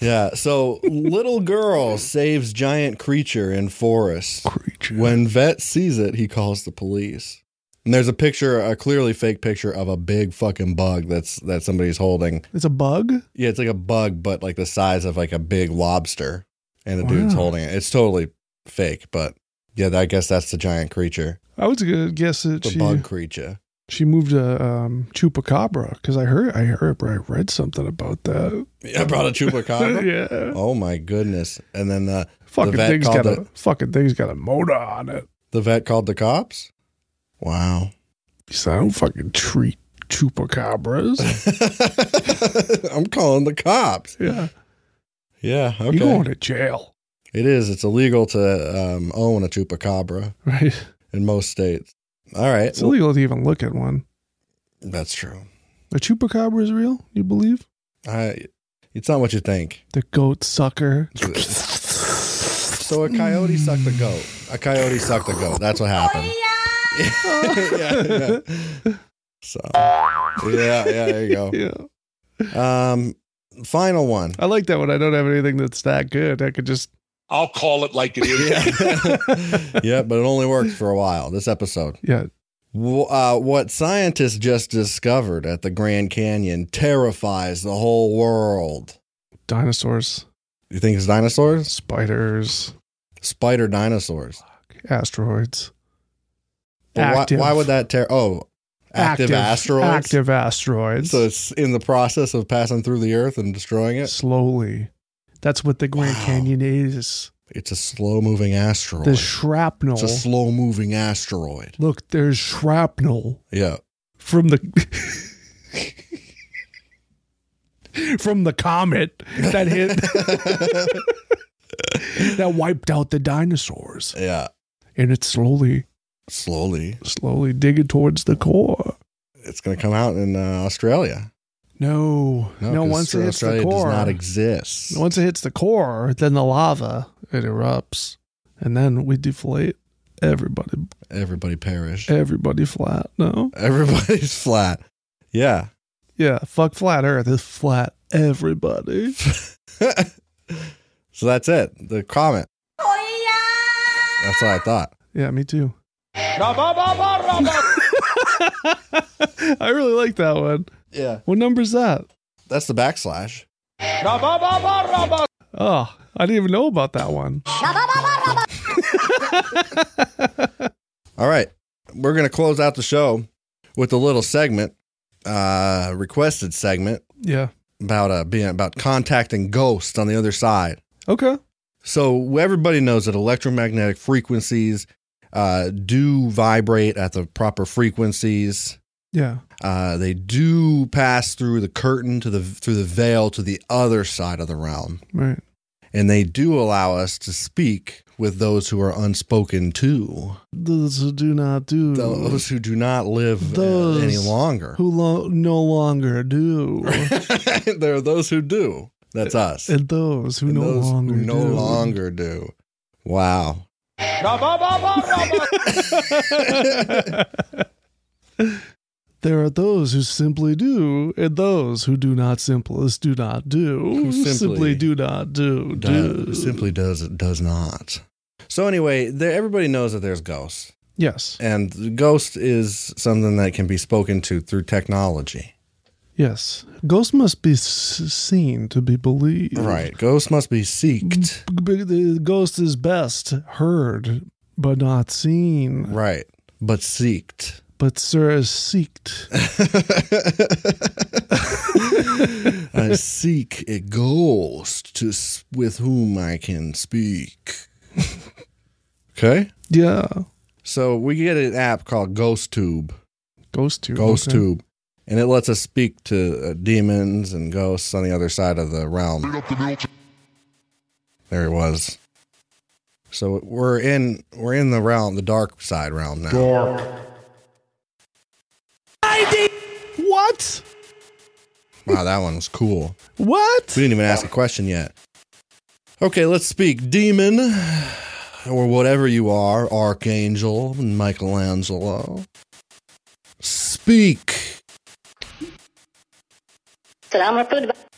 Yeah, so little girl saves giant creature in forest. When vet sees it, he calls the police. And there's a picture, a clearly fake picture of a big fucking bug that's that somebody's holding. It's a bug. Yeah, it's like a bug, but like the size of like a big lobster, and a dude's Wow. holding it. It's totally fake, but yeah, I guess that's the giant creature, I was gonna guess that the she bug creature. she moved to um, Chupacabra because I heard I heard I read something about that. Yeah, I brought a chupacabra. yeah, Oh my goodness! And then the fucking the vet thing's called got the, a fucking thing's got a motor on it. the vet called the cops. Wow. He said, I don't fucking treat Chupacabras. I'm calling the cops. yeah, Yeah, okay. you going to jail, It is. It's illegal to um, own a chupacabra right? in most states. All right. It's illegal to even look at one. That's true. The Chupacabra is real. You believe I, it's not what you think. the goat sucker? So a coyote sucked a goat. A coyote sucked a goat. That's what happened. yeah, yeah. So yeah, yeah. There you Yeah, go. Um, final one. I like that one. I don't have anything that's that good. I could just I'll call it like it is. Yeah, but it only worked for a while. This episode. yeah. W- Uh, what scientists just discovered at the Grand Canyon terrifies the whole world. Dinosaurs, You think it's dinosaurs? spiders, Spider dinosaurs. asteroids. But why, why would that tear? Oh, active, asteroids. Active asteroids. So it's in the process of passing through the Earth and destroying it. Slowly. That's what the Grand Wow. Canyon is. It's a slow moving asteroid. The shrapnel. it's a slow moving asteroid. Look, there's shrapnel Yeah. from the from the comet that hit that wiped out the dinosaurs, Yeah. and it's slowly Slowly. slowly digging towards the core. It's going to come out in uh, Australia. No, no. 'cause once it hits Australia the core, does not exist. once it hits the core, then the lava it erupts, and then we deflate. Everybody, Everybody perished. everybody flat. No, Everybody's flat. Yeah. yeah, fuck flat Earth is flat. Everybody. so that's it. The comet. That's what I thought. Yeah, me too. I really like that one. Yeah. What number's that? That's the backslash. Oh, I didn't even know about that one. All right. We're going to close out the show with a little segment, uh, requested segment Yeah. about uh, being about contacting ghosts on the other side. Okay. So everybody knows that electromagnetic frequencies uh, do vibrate at the proper frequencies. Yeah. Uh, they do pass through the curtain to the through the veil to the other side of the realm, Right. and they do allow us to speak with those who are unspoken to, Those who do not do. those who do not live uh, Hmm. Those any longer. who lo- no longer do, there are those who do. That's us. and those who And no those longer who no do. longer do. Wow. There are those who simply do, and those who do not simplest do not do. Who simply- do not do. Do- do. simply does does not. So anyway, there, everybody knows that there's ghosts, Yes. and the ghost is something that can be spoken to through technology. Yes. Ghosts must be s- seen to be believed. Right, ghosts must be seeked. B- The ghost is best heard, but not seen. Right, but seeked. But sir is seeked. I seek a ghost to s- with whom I can speak. Okay, yeah. so we get an app called Ghost Tube. Ghost tube. ghost okay. tube and it lets us speak to uh, demons and ghosts on the other side of the realm there it was so we're in we're in the realm the dark side realm now What? wow that one was cool What? we didn't even ask a question yet okay let's speak demon or whatever you are archangel and michelangelo speak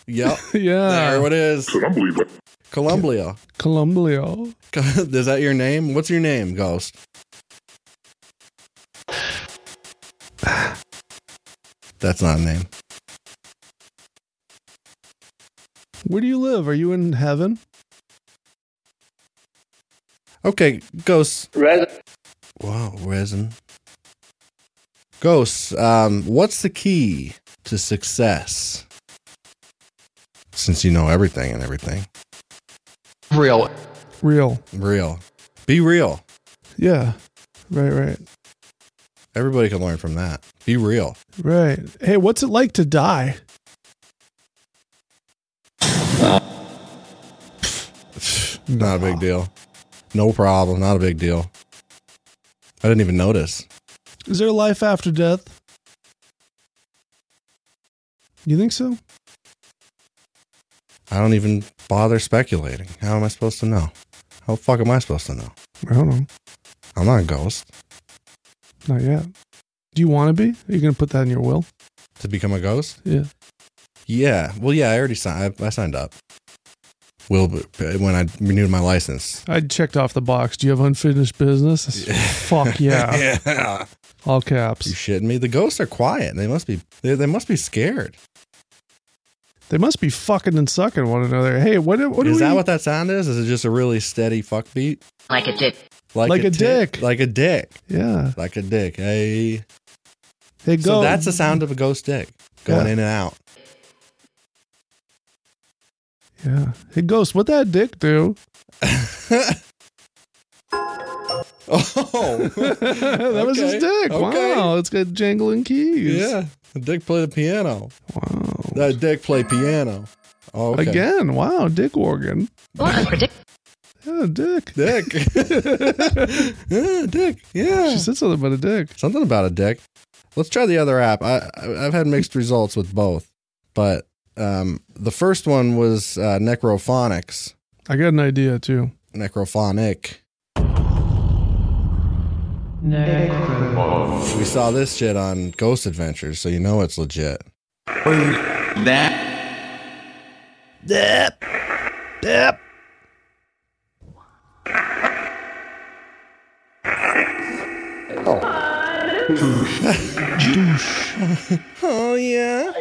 yep Yeah. there it is columbia Columbia. Is that your name? What's your name, Ghost? That's not a name. Where do you live? Are you in heaven? Okay, Ghost. Wow, resin. Ghost, um, what's the key to success? Since you know everything and everything, Real. real. Be real. Yeah. Right, right. Everybody can learn from that. Be real. Right. Hey, what's it like to die? Not a big deal. No problem. Not a big deal. I didn't even notice. Is there life after death? You think so? I don't even bother speculating. How am I supposed to know? How the fuck am I supposed to know? I don't know. I'm not a ghost. Not yet. Do you want to be? Are you going to put that in your will? To become a ghost? Yeah. Yeah. Well, yeah, I already signed. I, I signed up. Will be- when I renewed my license. I checked off the box. Do you have unfinished business? Fuck yeah. yeah. All You caps. shitting me? The ghosts are quiet. They must be. They, they must be scared. They must be fucking and sucking one another. Hey, what, what is do that we what that sound is? Is it just a really steady fuck beat? Like a dick. Like a tit- dick. Like a dick. Yeah. Like a dick. Hey. Hey, go. So that's the sound of a ghost dick going Yeah. in and out. Yeah. Hey, Ghost, what that dick do? Oh. that was his Okay. dick. Okay. Wow. It's got jangling keys. Yeah, the dick play the piano. Wow. That dick play piano. Oh, okay. Again, wow, dick organ. Or unpredictable. Oh, dick. Dick. yeah, dick. Yeah. She said something about a dick. Something about a dick. Let's try the other app. I I- I've had mixed results with both, but um, the first one was uh, necrophonics. I got an idea too. Necrophonic. We saw this shit on Ghost Adventures, so you know it's legit. Oh yeah.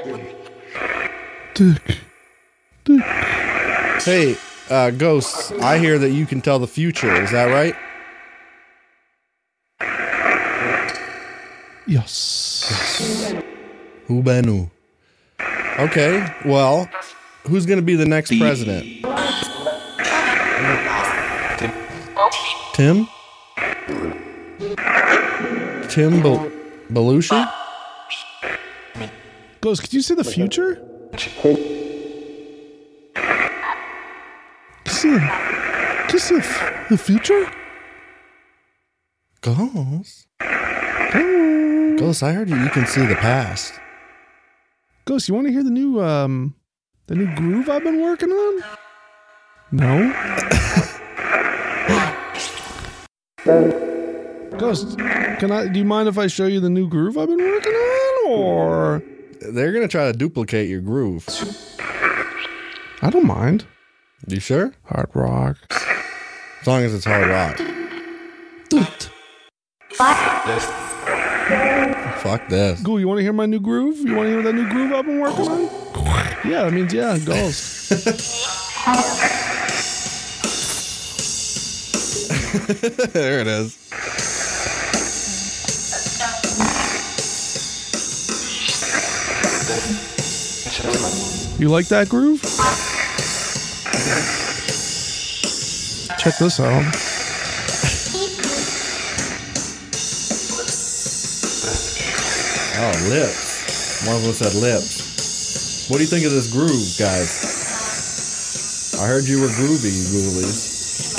Dick. Hey, uh, ghosts, I hear that you can tell the future. Is that right? Yes. Hubenu. Okay, well, who's going to be the next president? Tim? Tim Bel- Belushi? Ghost, could you see the future? Can you see, can you see the, f- the future? Ghosts? Ghosts, I heard you, you can see the past. Ghost, you want to hear the new um the new groove I've been working on? No. Ghost, can I do you mind if I show you the new groove I've been working on or They're going to try to duplicate your groove. I don't mind. You sure? Hard rock. As long as it's hard rock. Fuck this. Ghoul, you want to hear my new groove? You want to hear that new groove I've been working on? Yeah, I mean, yeah, ghost. there it is. You like that groove? Check this out. Oh, lips. One of them said lips. What do you think of this groove, guys? I heard you were groovy, you ghoulies.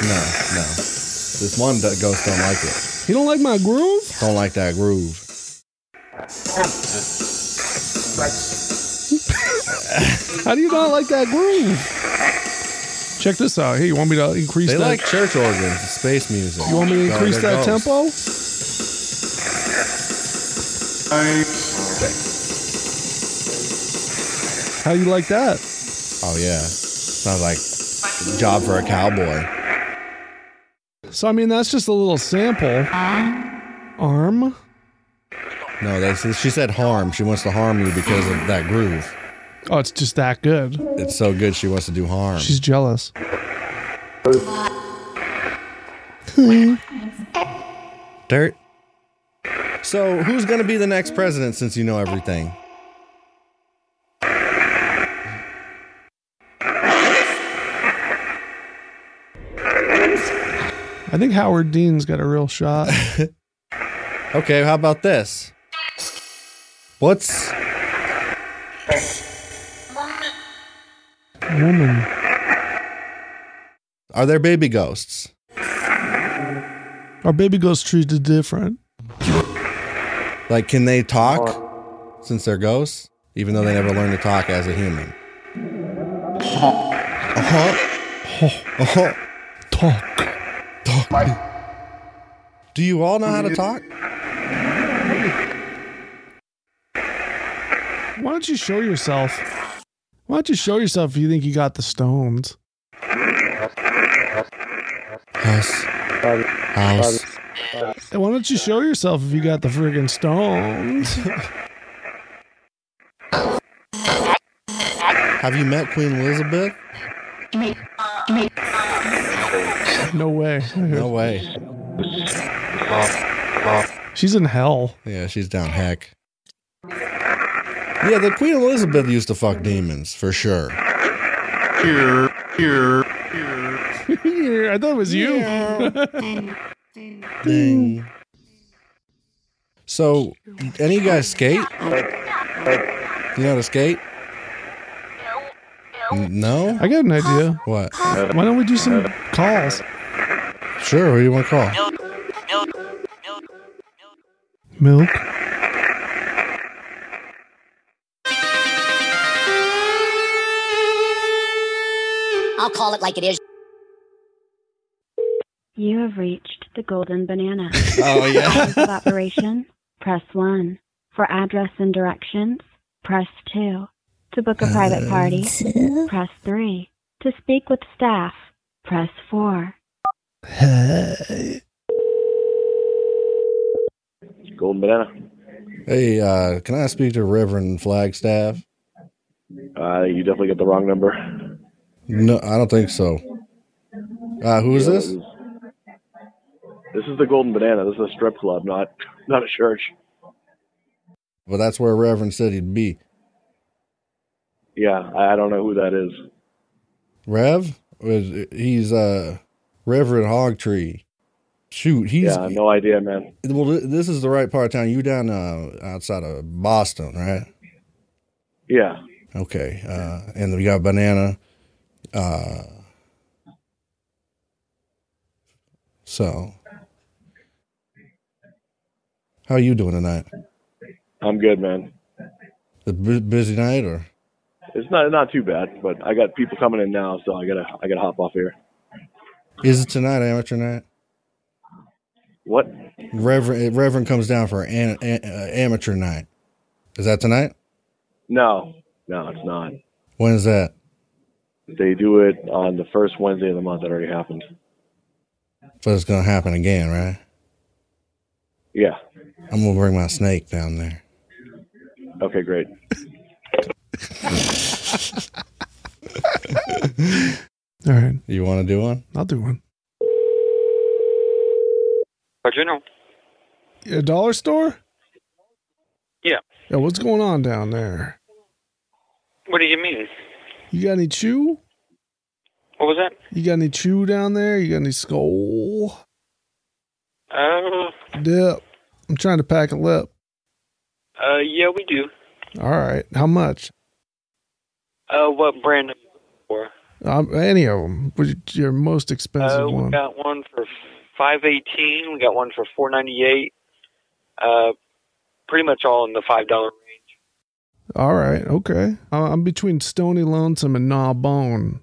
No, no. This one d- ghost don't like it. You don't like my groove? Don't like that groove. How do you not like that groove? Check this out. Hey, you want me to increase They that? like church organs, space music. you want me to No, increase they're that ghosts. tempo? How you like that? Oh yeah. Sounds like job for a cowboy. So I mean, that's just a little sample. Arm. No, they, she said harm. She wants to harm you because of that groove. Oh, it's just that good. It's so good she wants to do harm. She's jealous. dirt. So, who's going to be the next president since you know everything? I think Howard Dean's got a real shot. Okay, how about this? What's Woman. are there baby ghosts? Our baby ghost treated different. Like can they talk since they're ghosts even though they never learned to talk as a human? Uh-huh. Uh-huh. Talk. Do you all know how to talk? Why don't you show yourself? Why don't you show yourself if you think you got the stones? House. House. And why don't you show yourself if you got the friggin' stones? Have you met Queen Elizabeth? no way. No way. She's in hell. Yeah, she's down heck. Yeah, the Queen Elizabeth used to fuck demons for sure. I thought it was you. Ding. So, any of you guys skate? You know how to skate? No? I got an idea. What? Why don't we do some calls? Sure, who do you want to call? Milk. I'll call it like it is. You have reached the golden banana. Oh, yeah. For operation, press 1. For address and directions, press 2. To book a private party, press 3. To speak with staff, press 4. Golden Banana. hey, uh, can I speak to Reverend Flagstaff? Uh, you definitely got the wrong number. No, I don't think so. Uh, who is this? This is the Golden Banana. This is a strip club, not not a church. Well, that's where Reverend said he'd be. Yeah, I I don't know who that is. Rev? Was- He's uh, Reverend Hogtree. Shoot, he's yeah, no idea, man. well. th- This is the right part of town. You down uh, outside of Boston, right? Yeah, Okay, uh, and we got banana. Uh, so, how you doing tonight? I'm good, man. A bu- busy night, or It's not not too bad, but I got people coming in now, so I gotta I gotta hop off here. is it tonight amateur night? What? Reverend Reverend comes down for an, an, uh, amateur night. Is that tonight? No, no, it's not. When is that? They do it on the first Wednesday of the month. That already happened. So it's gonna happen again, right? Yeah. I'm gonna bring my snake down there. Okay, great. All right, You want to do one? I'll do one. General. A dollar store? Yeah. Yeah, what's going on down there? What do you mean? You got any chew? What was that? You got any chew down there? You got any skull? Uh, Dip. I'm trying to pack a lip. uh, yeah, we do. All right. How much? Uh, what brand? of- For? Um, any of them. Your most expensive Uh, we one. got one for five eighteen. We got one for four ninety eight. Uh, pretty much all in the five dollar range. All right. Okay. I- I'm between Stony Lonesome and Gnaw Bone.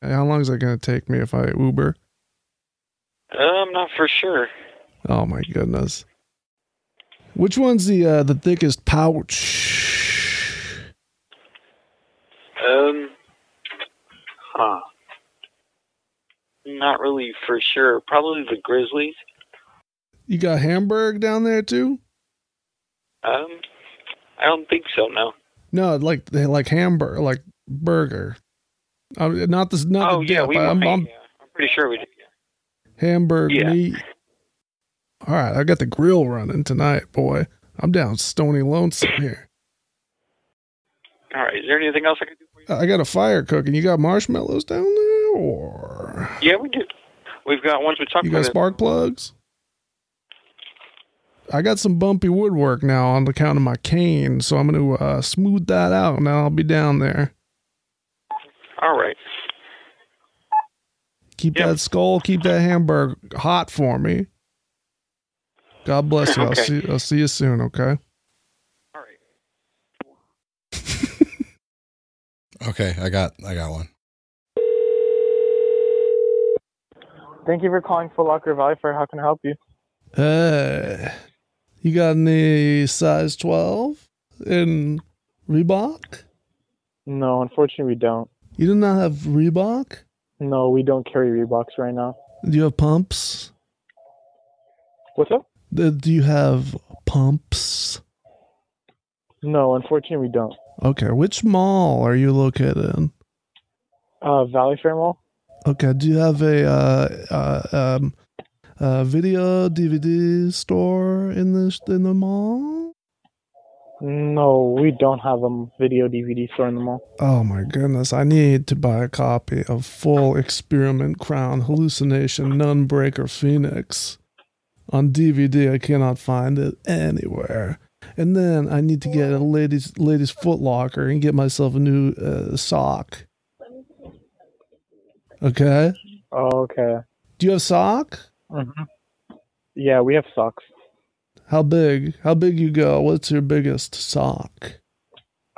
Hey, How long is that going to take me if I Uber? Uh, I'm not for sure. Oh my goodness. Which one's the uh, the thickest pouch? Um, huh? Not really for sure. Probably the Grizzlies. You got Hamburg down there too? Um, I don't think so. No. No, like they like Hamburg, like burger. Um, not this, not oh the yeah, dip. we. I'm, might, I'm yeah. I'm pretty sure we do. Hamburg Yeah. meat. All right, I got the grill running tonight, boy. I'm down Stony Lonesome here. All right. Is there anything else I can do for you? I got a fire cooking. You got marshmallows down there, or Yeah, we do. We've got ones with you chocolate. got in- spark plugs? I got some bumpy woodwork now on account of my cane, so I'm going to uh, smooth that out, and I'll be down there. All right. Keep Yep. that skull, keep that hamburger hot for me. God bless you. I'll Okay. see. I'll see you soon. Okay. All right. Okay, I got I got one. Thank you for calling Foot Locker Valley Fair. How can I help you? Hey, Uh, you got any size twelve in Reebok? No, unfortunately, we don't. You do not have Reebok. No, we don't carry Reeboks right now. Do you have pumps? What's up? Th- Do you have pumps? No, unfortunately, we don't. Okay, which mall are you located in? Uh, Valley Fair Mall? Okay, do you have a uh, uh, um, uh, video DVD store in this in the mall? No, we don't have a video DVD store in the mall. Oh my goodness, I need to buy a copy of Full Experiment Crown Hallucination Nun Breaker Phoenix. On DVD, I cannot find it anywhere. And then I need to get a ladies ladies foot locker and get myself a new uh, sock Okay. Oh, okay. Do you have sock? hmm Yeah, we have socks. How big? How big you go? What's your biggest sock?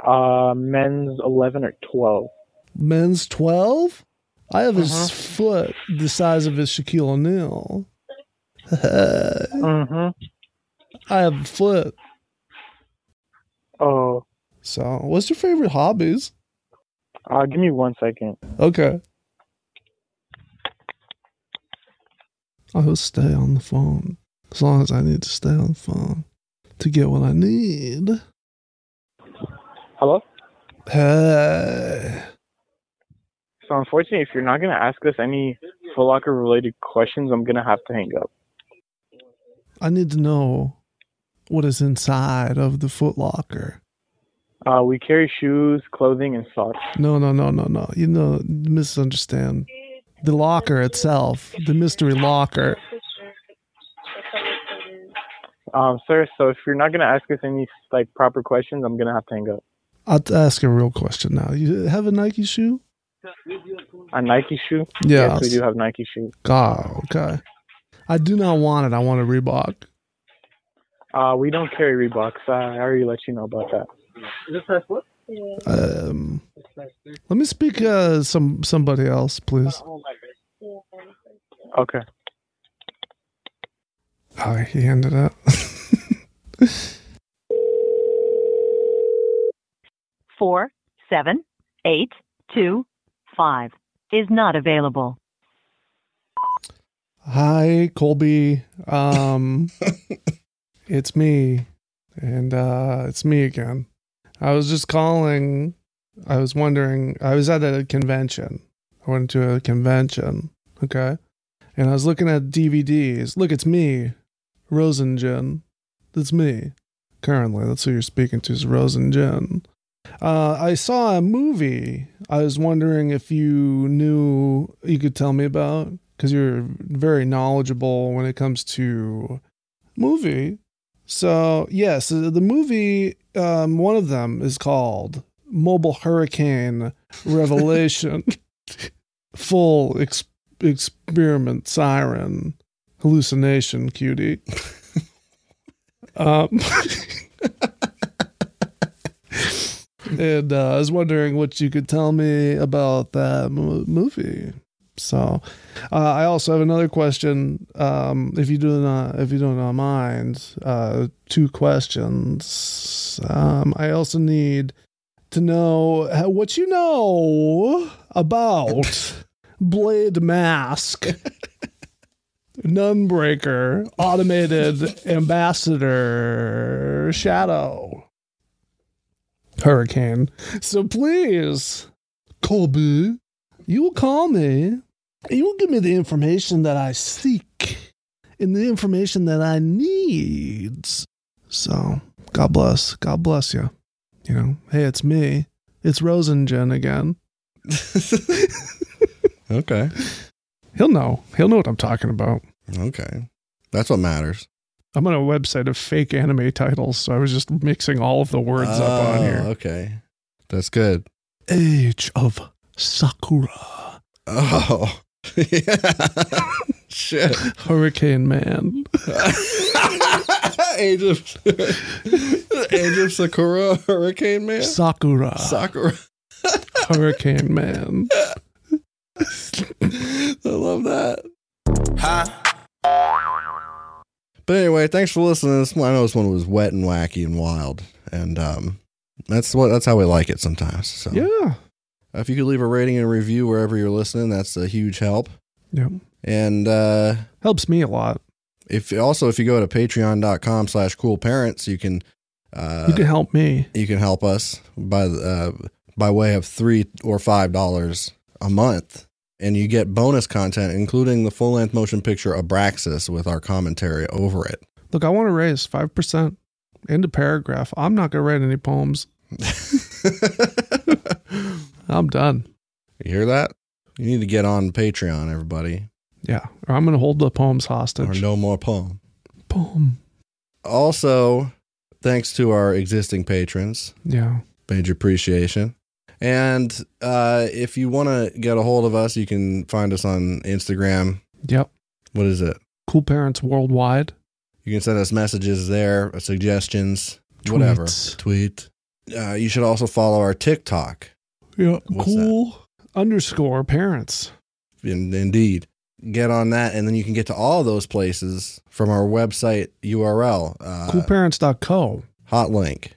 Uh, men's 11 or 12. Men's 12? I have Uh-huh. his foot the size of his Shaquille O'Neal. mm-hmm. I have a foot. Oh, So, what's your favorite hobbies? uh, give me one second. Okay. I'll stay on the phone as long as I need to stay on the phone to get what I need. Hello? Hey. So, unfortunately, if you're not going to ask us any Foot Locker related questions, I'm going to have to hang up. I need to know what is inside of the Foot Locker. Uh, we carry shoes, clothing, and socks. No, no, no, no, no. You know, misunderstand. The locker itself, the mystery locker. Um, sir, so if you're not going to ask us any like proper questions, I'm going to have to hang up. I'll t- ask a real question now. You have a Nike shoe? A Nike shoe? Yes. Yes, we do have Nike shoes. God, okay. I do not want it. I want a Reebok. Uh, we don't carry Reeboks. I I already let you know about that. Is this press what? Um, let me speak uh, some somebody else, please. Okay. Oh, he ended up. four seven eight two five is not available. Hi, Colby. Um, it's me, and uh, it's me again. I was just calling. I was wondering. I was at a convention. I went to a convention. Okay, and I was looking at DVDs. Look, it's me, Rosenjen. That's me. Currently, that's who you're speaking to is Rosenjen. Uh, I saw a movie. I was wondering if you knew you could tell me about because you're very knowledgeable when it comes to movie. So yes, the movie um, one of them is called Mobile Hurricane Revelation, full ex- experiment siren hallucination cutie. um, and uh, I was wondering what you could tell me about that mo- movie. So, uh, I also have another question. Um, if you do not, if you do not mind, uh, two questions. Um, I also need to know how, what you know about Blade Mask, Nunbreaker, Automated Ambassador, Shadow, Hurricane. So please, Colby, you will call me and you will give me the information that I seek and the information that I need. So, God bless. God bless you. You know, hey, it's me. It's Rosenjen again. Okay. He'll know. He'll know what I'm talking about. Okay. That's what matters. I'm on a website of fake anime titles, so I was just mixing all of the words up on Oh, here. Okay. That's good. Age of Sakura. Oh. yeah. Shit. Hurricane Man. Age of Age of Sakura Hurricane Man. Sakura. Sakura. Hurricane Man. I love that. But anyway, thanks for listening. This one, I know this one was wet and wacky and wild, and um, that's what that's how we like it sometimes. So Yeah. if you could leave a rating and review wherever you're listening, that's a huge help. Yeah. And uh, helps me a lot. If also if you go to patreon.com slash cool parents, you can uh, you can help me. you can help us by uh, by way of three or five dollars a month, and you get bonus content, including the full length motion picture Abraxas with our commentary over it. Look, I want to raise 5%. End of paragraph. I'm not going to write any poems. I'm done. You hear that? You need to get on Patreon, everybody. Yeah. Or I'm going to hold the poems hostage. Or no more poem. Poem. Also, thanks to our existing patrons, Yeah. major appreciation. And uh, if you want to get a hold of us, you can find us on Instagram. Yep. What is it? Cool Parents Worldwide. You can send us messages there, uh, suggestions, whatever. Tweets. Tweet. Uh, you should also follow our TikTok. Yeah. What's cool underscore parents. In, indeed. Get on that, and then you can get to all those places from our website URL. Uh, Coolparents.co. Hot link.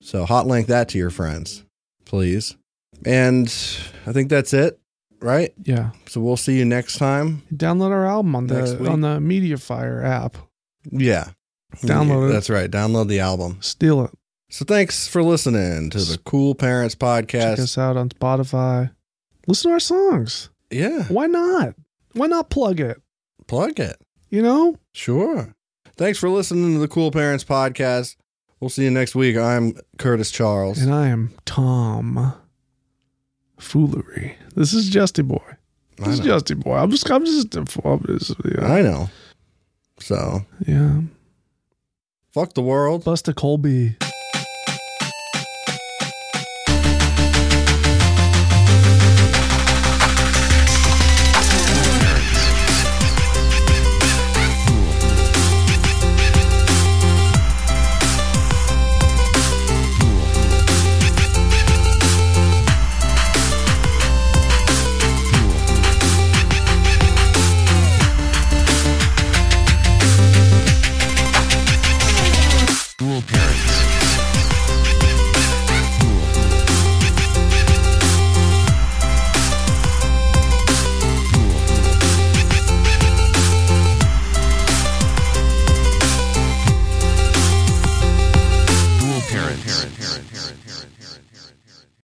So hot link that to your friends, please. And I think that's it, right? Yeah. So we'll see you next time. Download our album on Next week. the on the MediaFire app. Yeah. Download Yeah, it. That's right. Download the album. Steal it. So thanks for listening to the Cool Parents Check Podcast. us out on Spotify. Listen to our songs. Yeah. Why not? Why not plug it? Plug it. You know? Sure. Thanks for listening to the Cool Parents Podcast. We'll see you next week. I'm Curtis Charles. And I am Tom Foolery. This is Justy Boy. I This is know. Justy Boy. I'm just I'm just I'm just, yeah. I know. So Yeah. fuck the world. Busta Colby.